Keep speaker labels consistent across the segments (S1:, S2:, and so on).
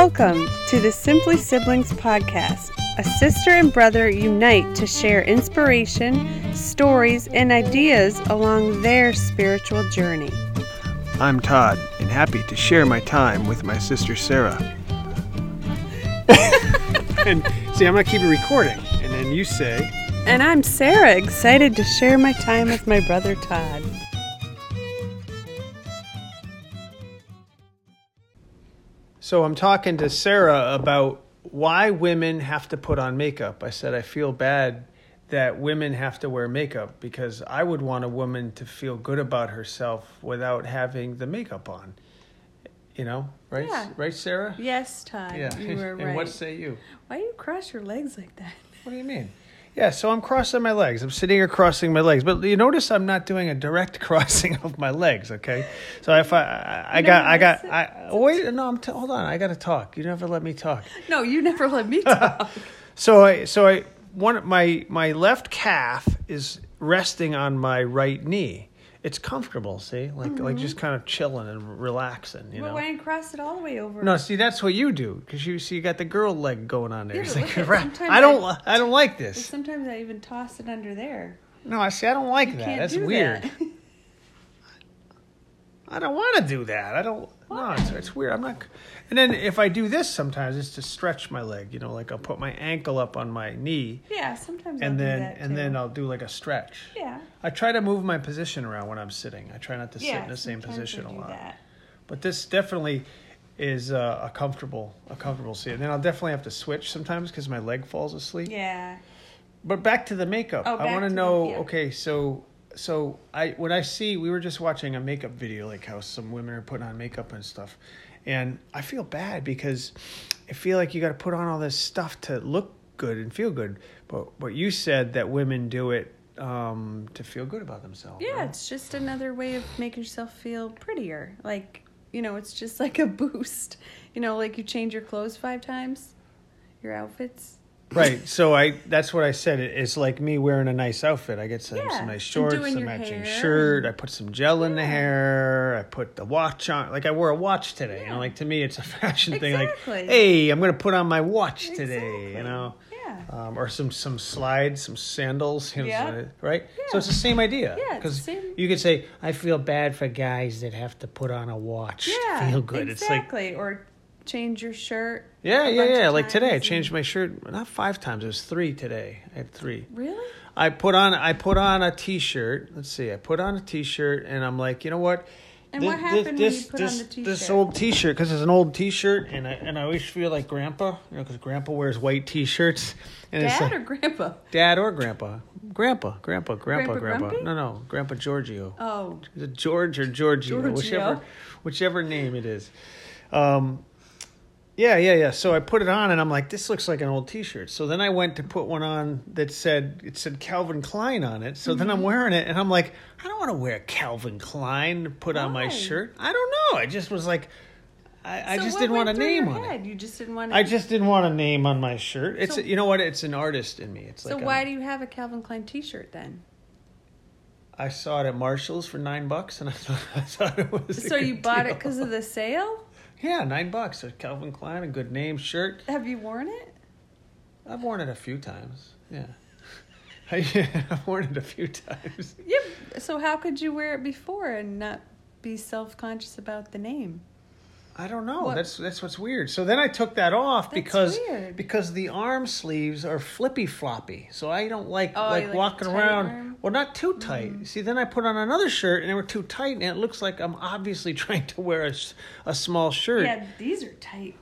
S1: Welcome to the Simply Siblings podcast. A sister and brother unite to share inspiration, stories, and ideas along their spiritual journey.
S2: I'm Todd, and happy to share my time with my sister Sarah. and see, I'm gonna keep it recording, and then you say,
S1: And I'm Sarah, excited to share my time with my brother Todd.
S2: So I'm talking to Sarah about why women have to put on makeup. I said, I feel bad that women have to wear makeup because I would want a woman to feel good about herself without having the makeup on. You know, right?
S1: Yeah.
S2: Right, Sarah?
S1: Yes, Todd, you were
S2: and what
S1: right.
S2: say you?
S1: Why do you cross your legs like that?
S2: What do you mean? Yeah, so I'm crossing my legs. I'm sitting here crossing my legs, but you notice I'm not doing a direct crossing of my legs. Okay, so if I I, I
S1: No,
S2: got I got
S1: that's-
S2: I wait no I'm t- hold on I got to talk. You never let me talk.
S1: No, you never let me talk.
S2: So I so I one my my left calf is resting on my right knee. It's comfortable, see, like like just kind of chilling and relaxing.
S1: Mm-hmm.
S2: You
S1: But
S2: know.
S1: why didn't cross it all the way over?
S2: No, see, that's what you do because you see, you got the girl leg going on there.
S1: Yeah,
S2: It's
S1: but
S2: like,
S1: look at-
S2: right,
S1: sometimes
S2: I don't,
S1: I-
S2: I, don't like this.
S1: Sometimes I even toss it under there.
S2: No, I see, I don't like
S1: You
S2: that.
S1: can't
S2: That's
S1: do
S2: weird.
S1: that.
S2: I don't want to do that. I don't. No, it's, it's weird. I'm not. And then if I do this sometimes, it's to stretch my leg. You know, like I'll put my ankle up on my knee,
S1: yeah, sometimes I'll
S2: and then
S1: do that
S2: and
S1: too.
S2: then I'll do like a stretch.
S1: yeah.
S2: I try to move my position around when I'm sitting. I try not to sit
S1: yeah,
S2: in the same
S1: sometimes I
S2: position a
S1: do
S2: lot.
S1: that.
S2: But this definitely is uh, a comfortable, a comfortable seat. And then I'll definitely have to switch sometimes because my leg falls asleep.
S1: Yeah.
S2: But back to the makeup.
S1: Oh, back
S2: I want
S1: to
S2: to
S1: the-
S2: know.
S1: yeah.
S2: Okay, so so I when I see we were just watching a makeup video, like how some women are putting on makeup and stuff, and I feel bad because I feel like you got to put on all this stuff to look good and feel good. But but you said that women do it um, to feel good about themselves.
S1: Yeah,
S2: right?
S1: it's just another way of making yourself feel prettier. Like, you know, it's just like a boost. You know, like you change your clothes five times, your outfits.
S2: Right. So I that's what I said. It- It's like me wearing a nice outfit. I get some,
S1: Yeah,
S2: some nice
S1: and
S2: shorts,
S1: doing
S2: a
S1: your
S2: matching
S1: hair
S2: shirt. I put some gel in the
S1: Yeah.
S2: hair. I put the watch on. Like I wore a watch today. You
S1: Yeah.
S2: know, like to me, it's a fashion thing.
S1: Exactly.
S2: Like, hey, I'm gonna put on my watch today.
S1: Exactly.
S2: You know.
S1: Yeah.
S2: Um, or some some slides, some sandals, you know,
S1: Yeah.
S2: so- right?
S1: Yeah.
S2: So it's the same idea.
S1: Yeah, it's the
S2: because
S1: same-
S2: you could say, "I feel bad for guys that have to put on a watch
S1: Yeah.
S2: to feel good." It's like
S1: Exactly. or change your shirt.
S2: yeah,
S1: a
S2: yeah,
S1: bunch
S2: yeah.
S1: of
S2: Like today, I
S1: times
S2: changed my shirt not five times. It was three today. I had three.
S1: and- Really?
S2: I put on I put on a t-shirt. Let's see. I put on a t-shirt and I'm like, "You know what?"
S1: And what happened when you put on
S2: this,
S1: the
S2: This
S1: t-shirt?
S2: old t-shirt cuz it's an old t-shirt and I and I always feel like grandpa, you know, cuz grandpa wears white t-shirts and it's
S1: Dad
S2: like
S1: or grandpa?
S2: dad or grandpa. Grandpa, grandpa, grandpa,
S1: Grandpa
S2: grandpa.
S1: Grumpy?
S2: No, no, grandpa Giorgio.
S1: Oh.
S2: Is it George or Giorgio,
S1: Giorgio.
S2: whichever whichever name it is. Um, yeah, yeah, yeah. So I put it on and I'm like, this looks like an old T-shirt. So then I went to put one on that said it said Calvin Klein on it. So then
S1: Mm-hmm.
S2: I'm wearing it and I'm like, I don't want to wear Calvin Klein to put on
S1: Why?
S2: my shirt. I don't know. I just was like, I, I
S1: So
S2: just
S1: what
S2: didn't
S1: went
S2: want a
S1: through
S2: name
S1: your
S2: on it.
S1: head? You just didn't want to.
S2: I just didn't want a name on my shirt. It's
S1: So-
S2: you know what? It's an artist in me. It's
S1: so
S2: like um,
S1: why
S2: I'm-
S1: do you have a Calvin Klein T-shirt then?
S2: I saw it at Marshalls for nine bucks, and I thought, I thought it was. a
S1: So you
S2: good
S1: bought it
S2: deal.
S1: because of the sale?
S2: Yeah, nine bucks. A Calvin Klein, a good name shirt.
S1: Have you worn it?
S2: I've worn it a few times. Yeah. I've worn it a few times.
S1: Yep. So how could you wear it before and not be self-conscious about the name?
S2: I don't know.
S1: What-
S2: That's that's what's weird. So then I took that off
S1: That's
S2: because
S1: weird.
S2: because the arm sleeves are flippy floppy. So I don't like
S1: Oh, you
S2: like
S1: like a
S2: walking
S1: tight
S2: around.
S1: arm? Mm-hmm.
S2: Well, not too tight. See, then I put on another shirt and they were too tight, and it looks like I'm obviously trying to wear a, s- a small shirt.
S1: Yeah, these are tight,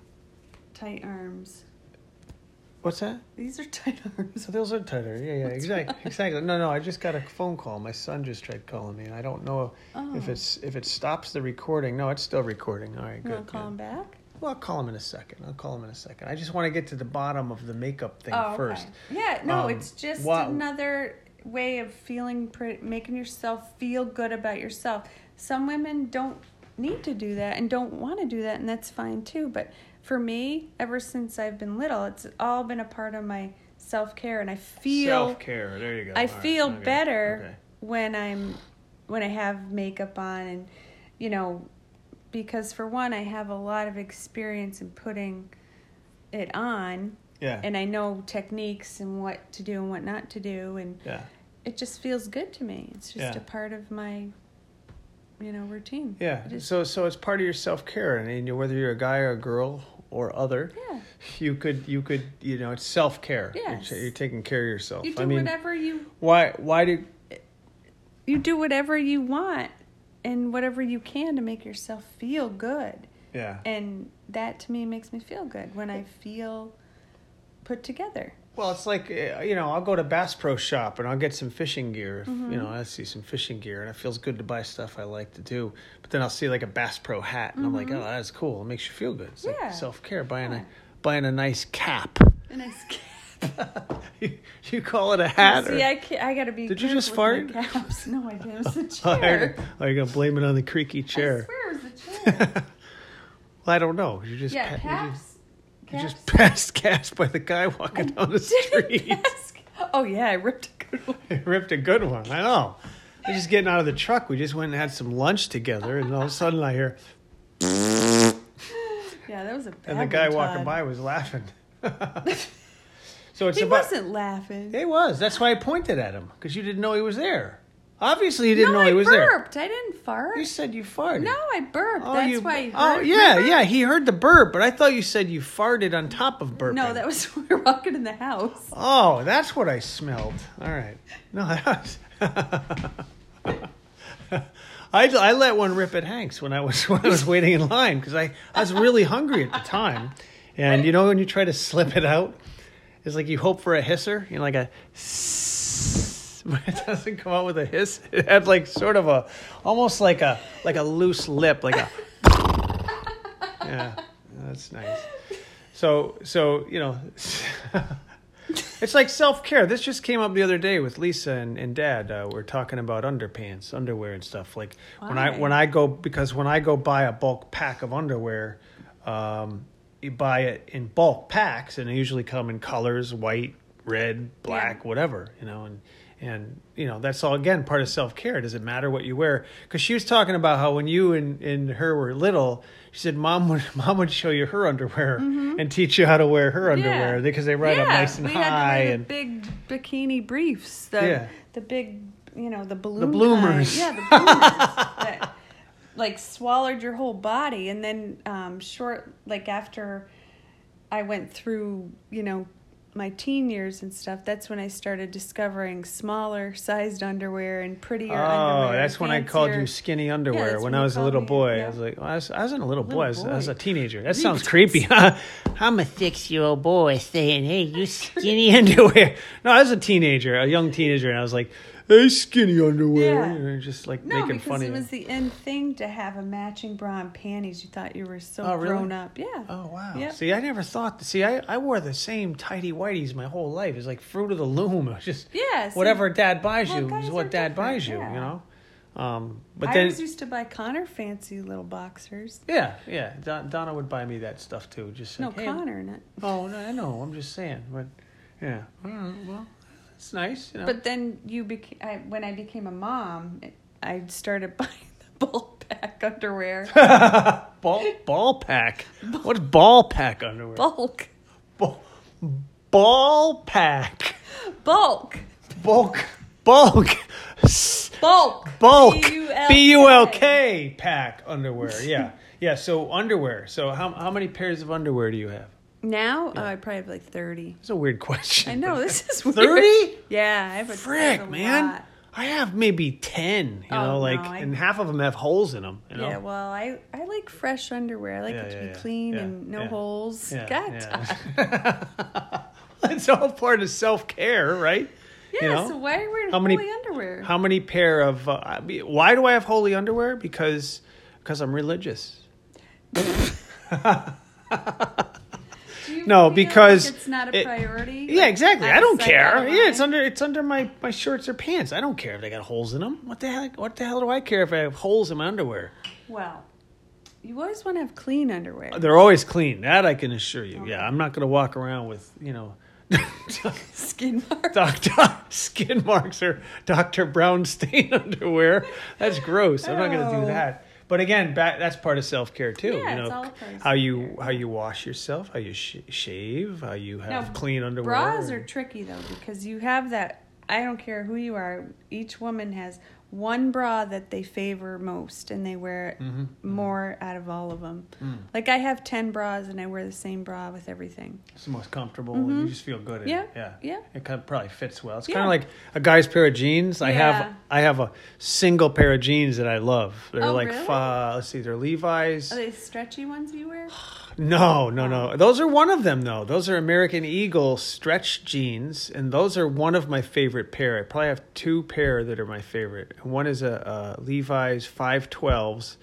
S1: tight arms.
S2: What's that?
S1: These are tight arms.
S2: So those are tighter. Yeah, yeah, exactly, exactly. No, no, I just got a phone call. My son just tried calling me, and I don't know if
S1: Oh.
S2: it's if it stops the recording. No, it's still recording. All right,
S1: You
S2: good.
S1: want to call
S2: good.
S1: him back?
S2: Well, I'll call him in a second. I'll call him in a second. I just want to get to the bottom of the makeup thing
S1: Oh,
S2: first.
S1: Okay. Yeah. No,
S2: Um,
S1: it's just
S2: wha-
S1: another way of feeling, pre- making yourself feel good about yourself. Some women don't need to do that and don't want to do that, and that's fine too. But for me, ever since I've been little, it's all been a part of my self care, and I feel
S2: Self care. There you go.
S1: I
S2: All right,
S1: feel
S2: okay,
S1: better
S2: okay.
S1: when I'm when I have makeup on and you know because for one, I have a lot of experience in putting it on,
S2: Yeah.
S1: and I know techniques and what to do and what not to do, and
S2: yeah.
S1: it just feels good to me. It's just
S2: Yeah.
S1: a part of my, you know, routine.
S2: Yeah.
S1: It is-
S2: so so it's part of your self care, and you know, whether you're a guy or a girl or other,
S1: yeah,
S2: you could you could you know it's self care.
S1: Yes.
S2: You're, taking care of yourself.
S1: you do
S2: I mean,
S1: whatever you
S2: why why did
S1: you do whatever you want and whatever you can to make yourself feel good.
S2: yeah?
S1: And that to me makes me feel good when I feel put together.
S2: Well, it's like uh, you know, I'll go to Bass Pro Shop and I'll get some fishing gear. If,
S1: Mm-hmm.
S2: You know, I see some fishing gear, and it feels good to buy stuff I like to do. But then I'll see like a Bass Pro hat, and I'm like, oh, that's cool. It makes you feel good. It's
S1: Mm-hmm. Yeah.
S2: like self care. Buying
S1: Yeah.
S2: a buying a nice cap.
S1: And I sc-
S2: you, you call it a hat? or-
S1: see, I ca I gotta be.
S2: Did you just
S1: careful with my caps. No, I didn't. It was the
S2: Oh, you're
S1: chair.
S2: oh, you're gonna blame it on the creaky
S1: I
S2: chair?
S1: swear it was the chair.
S2: Well, I don't know. You just
S1: yeah,
S2: pa- you
S1: caps.
S2: just, you
S1: Caps.
S2: just passed gas by the guy walking down the street.
S1: Caps. Oh yeah, I ripped a good one.
S2: I ripped a good one. I know. We're just getting out of the truck. We just went and had some lunch together, and all of a sudden I hear,
S1: Yeah, that was a bad
S2: and the guy
S1: one,
S2: walking
S1: Todd.
S2: by was laughing. so it's
S1: He
S2: about.
S1: wasn't laughing.
S2: He was. That's why I pointed at him because you didn't know he was there. Obviously, you didn't
S1: no,
S2: know he
S1: I
S2: was there.
S1: burped. I didn't fart.
S2: You said you farted.
S1: No, I burped.
S2: Oh,
S1: That's
S2: you,
S1: why. you
S2: Oh,
S1: heard-
S2: yeah,
S1: remember?
S2: yeah. He heard the burp, but I thought you said you farted on top of burping.
S1: No, that was we were walking in the house.
S2: Oh, that's what I smelled. All right. No, that was. I, I let one rip at Hanks when I was when I was waiting in line because I, I was really hungry at the time, and you know when you try to slip it out, it's like you hope for a hisser, you know, like a, but it doesn't come out with a hiss. It had like sort of a, almost like a like a loose lip, like a. yeah, that's nice. So so you know, it's like self care. This just came up the other day with Lisa and, and Dad. Uh, we're talking about underpants, underwear, and stuff. Like when I
S1: Why?
S2: when I go because when I go buy a bulk pack of underwear, um, you buy it in bulk packs, and they usually come in colors: white, red, black, whatever. You know, and and you know that's all again part of self care. Does it matter what you wear? Because she was talking about how when you and, and her were little, she said mom would mom would show you her underwear and teach you how to wear her underwear because they ride
S1: Mm-hmm. yeah,
S2: up nice and
S1: we had to wear
S2: high
S1: the
S2: and
S1: big bikini briefs. The
S2: Yeah.
S1: the big, you know, the balloon.
S2: bloomers.
S1: kind. Yeah, the bloomers that like swallowed your whole body, and then um, short like after I went through, you know, my teen years and stuff. That's when I started discovering smaller sized underwear and prettier.
S2: oh,
S1: underwear,
S2: that's when I called
S1: fancier-
S2: you skinny underwear.
S1: that's
S2: when
S1: when
S2: I
S1: you
S2: was a
S1: called
S2: little
S1: me,
S2: boy,
S1: yeah.
S2: I was like, well, I, was, I wasn't a little, boy. I was, I was
S1: boy.
S2: a teenager. That sounds creepy. huh? I'm a six year old boy saying, "Hey, you skinny underwear." No, I was a teenager, a young teenager, and I was like, "Hey, skinny underwear,"
S1: Yeah.
S2: You know, just like
S1: No,
S2: making
S1: because
S2: fun of
S1: it
S2: you.
S1: was the end thing to have a matching bra and panties. You thought you were so
S2: Oh, really?
S1: grown up. Yeah.
S2: Oh wow!
S1: Yep.
S2: See, I never thought. See, I, I wore the same tidy whities my whole life. It's like fruit of the loom. It was just
S1: Yeah, see,
S2: whatever dad buys
S1: well,
S2: you
S1: guys
S2: is
S1: are
S2: what dad
S1: different,
S2: buys you.
S1: yeah.
S2: You know, um, but
S1: I
S2: then
S1: always used to buy Connor fancy little boxers.
S2: yeah, yeah. Don, Donna would buy me that stuff too. Just
S1: No,
S2: like, hey,
S1: Connor, not.
S2: Oh no, I know. I'm just saying, but yeah. All right, well, it's nice. You know?
S1: But then you became I, when I became a mom, I started buying the bulk pack underwear.
S2: ball ball pack. What's ball pack underwear?
S1: bulk,
S2: Ball, ball pack.
S1: bulk,
S2: Bulk. Bulk.
S1: bulk,
S2: bulk
S1: B-U-L-K.
S2: B U L K pack underwear. Yeah, yeah. So underwear. So how how many pairs of underwear do you have?
S1: Now oh, I probably have like thirty.
S2: It's a weird
S1: I
S2: question.
S1: know this is weird.
S2: 30?
S1: Yeah, I have a that's
S2: Frick,
S1: a
S2: man.
S1: lot.
S2: I have maybe ten. You
S1: Oh,
S2: know,
S1: no,
S2: like
S1: I-
S2: and half of them have holes in them. You know.
S1: Yeah, well, I, I like fresh underwear. I like
S2: Yeah,
S1: it to
S2: yeah,
S1: be
S2: yeah,
S1: clean
S2: yeah,
S1: and no
S2: yeah,
S1: holes.
S2: Yeah,
S1: God,
S2: yeah.
S1: Todd.
S2: it's all part of self care, right?
S1: Yeah,
S2: You know?
S1: so why are we wearing
S2: How
S1: holy
S2: many-
S1: underwear?
S2: How many pair of? Uh, I mean, why do I have holy underwear? Because because I'm religious.
S1: Do you
S2: no,
S1: feel like
S2: because
S1: it's not a
S2: it-
S1: priority.
S2: Yeah,
S1: Like,
S2: exactly.
S1: out
S2: I
S1: of
S2: don't
S1: sight, out
S2: care.
S1: of
S2: Yeah, it's
S1: mind?
S2: under it's under my, my shorts or pants. I don't care if they got holes in them. What the heck? What the hell do I care if I have holes in my underwear?
S1: Well, you always want to have clean underwear.
S2: They're always clean. That I can assure
S1: Oh,
S2: you. Yeah, I'm not going to walk around with you know,
S1: Skin marks.
S2: Doctor skin marks or Doctor Brown stain underwear. That's gross. I'm not going to
S1: Oh.
S2: do that. But again, back, that's part of self care too.
S1: Yeah,
S2: you
S1: it's
S2: know,
S1: all a part of
S2: how you
S1: self-care.
S2: how you wash yourself, how you sh- shave, how you have
S1: Now,
S2: clean underwear.
S1: Bras
S2: and-
S1: are tricky though because you have that. I don't care who you are. Each woman has one bra that they favor most, and they wear it
S2: Mm-hmm,
S1: more out of all of them.
S2: Mm.
S1: Like I have ten bras, and I wear the same bra with everything.
S2: It's the most comfortable. You just feel good.
S1: Mm-hmm.
S2: In
S1: Yeah,
S2: It. Yeah.
S1: yeah.
S2: It kind of probably fits well. It's
S1: Yeah.
S2: kind of like a guy's pair of jeans. I
S1: Yeah.
S2: have I have a single pair of jeans that I love. They're
S1: Oh,
S2: like
S1: really?
S2: fa- let's see, they're Levi's.
S1: Are they stretchy ones you wear?
S2: No, no, no. Those are one of them though. Those are American Eagle stretch jeans, and those are one of my favorite pair. I probably have two pair that are my favorite. One is a, a Levi's five twelves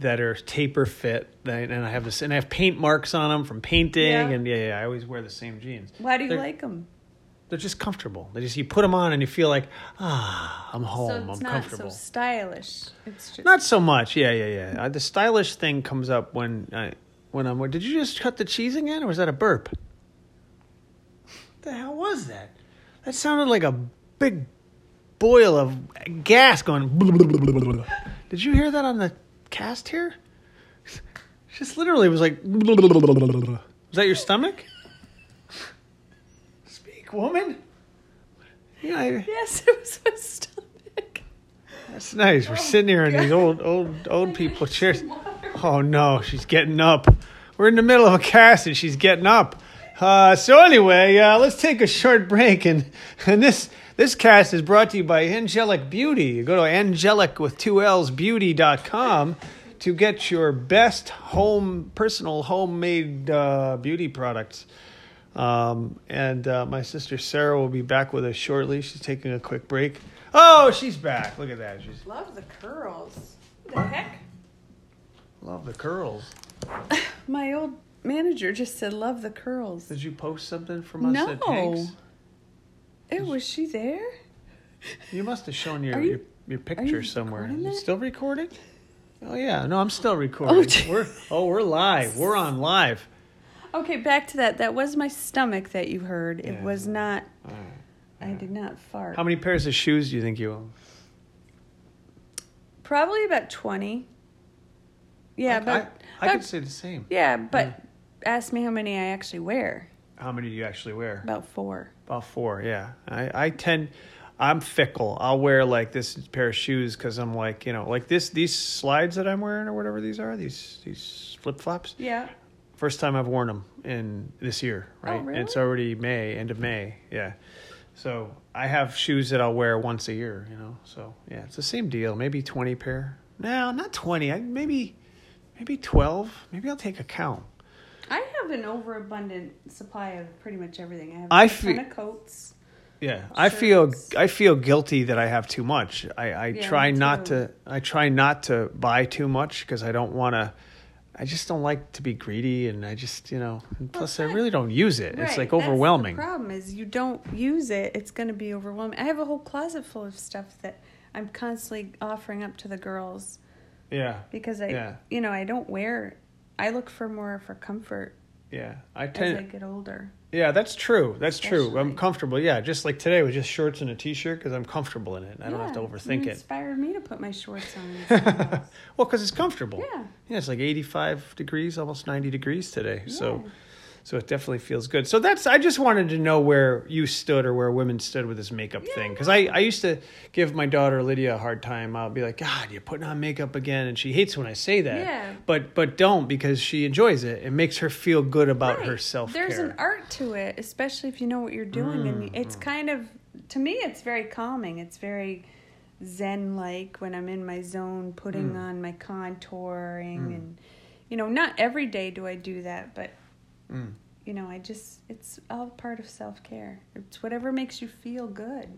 S2: that are taper fit, and and I have this, and I have paint marks on them from painting,
S1: Yeah.
S2: and yeah, yeah, I always wear the same jeans.
S1: Why do you
S2: They're-
S1: like 'em?
S2: They're just comfortable. They just you put them on and you feel like ah, I'm home.
S1: so it's
S2: I'm
S1: not so
S2: comfortable.
S1: stylish. It's just
S2: Not so much. Yeah, yeah, yeah. Uh, the stylish thing comes up when I when I'm. Did you just cut the cheese again, or was that a burp? What the hell was that? That sounded like a big boil of gas going. Did you hear that on the cast here? Just literally was like. Was that your stomach? Speak, woman. Yeah, I-
S1: yes, it was my stomach.
S2: that's nice. We're sitting here in these old, old, old people chairs. Oh no, she's getting up. We're in the middle of a cast and she's getting up. Uh, so anyway, uh, let's take a short break and and this this cast is brought to you by Angelic Beauty. You go to angelic with two L's beauty.com to get your best home personal homemade uh, beauty products. Um, and uh, my sister Sarah will be back with us shortly. She's taking a quick break. Oh, she's back. Look at that. She's
S1: Love the curls. What the heck?
S2: love the curls.
S1: My old manager just said, "Love the curls."
S2: Did you post something from us at Pink's?
S1: It was she there?
S2: You must have shown your
S1: Are you-
S2: your, your picture somewhere.
S1: recording
S2: You
S1: that?
S2: still recording? Oh yeah. No, I'm still recording.
S1: gee.
S2: we're oh we're live. We're on live.
S1: Okay, back to that. That was my stomach that you heard. It
S2: Yeah.
S1: was not.
S2: All right.
S1: I did not fart.
S2: How many pairs of shoes do you think you own?
S1: Probably about twenty. Yeah,
S2: I- Mm.
S1: but
S2: I, I could
S1: but-
S2: say the same.
S1: yeah, but ask me how many I actually wear.
S2: How many do you actually wear?
S1: About four.
S2: About four, yeah. I, I tend, I'm fickle. I'll wear like this pair of shoes because I'm like, you know, like this these slides that I'm wearing or whatever these are, these these flip flops.
S1: Yeah.
S2: First time I've worn them in this year, right?
S1: Oh, really?
S2: It's already May, end of May, yeah. So I have shoes that I'll wear once a year, you know. So yeah, it's the same deal. Maybe twenty pair. No, not twenty. I, maybe, maybe twelve. Maybe I'll take a count.
S1: I have an overabundant supply of pretty much everything. I have
S2: I
S1: a ton
S2: fe-
S1: of coats.
S2: Yeah, I feel
S1: shirts.
S2: I feel guilty that I have too much. I, I
S1: Yeah,
S2: try
S1: me
S2: not
S1: too.
S2: to I try not to buy too much because I don't want to. I just don't like to be greedy, and I just you know. And plus, I
S1: fine.
S2: really don't use it.
S1: Right,
S2: It's like
S1: that's the
S2: overwhelming.
S1: problem is you don't use it, it's going to be overwhelming. I have a whole closet full of stuff that I'm constantly offering up to the girls
S2: Yeah,
S1: because I,
S2: Yeah.
S1: you know, I don't wear. I look for more for comfort
S2: yeah. I tend.
S1: as I get older.
S2: yeah, that's true. That's true.
S1: Especially.
S2: I'm comfortable. Yeah, just like today with just shorts and a t-shirt because I'm comfortable in it. I don't have to
S1: Yeah,
S2: overthink
S1: you
S2: it.
S1: Inspired me to put my shorts on.
S2: well, because it's comfortable.
S1: Yeah.
S2: Yeah, it's like 85 degrees, almost 90 degrees today. So,
S1: Yeah.
S2: so it definitely feels good. So that's. I just wanted to know where you stood or where women stood with this makeup thing, because I I used to give my daughter Lydia a hard time. I'll be like, God, you're putting on makeup again, and she hates when I say that.
S1: Yeah.
S2: But but don't because she enjoys it. It makes her feel good about
S1: Right.
S2: herself.
S1: There's an art to it, especially if you know what you're doing,
S2: Mm,
S1: and it's kind of to me, it's very calming. It's very zen-like when I'm in my zone, putting
S2: Mm.
S1: on my contouring, and you know, not every day do I do that, but
S2: Mm.
S1: you know, I just it's all part of self-care. It's whatever makes you feel good.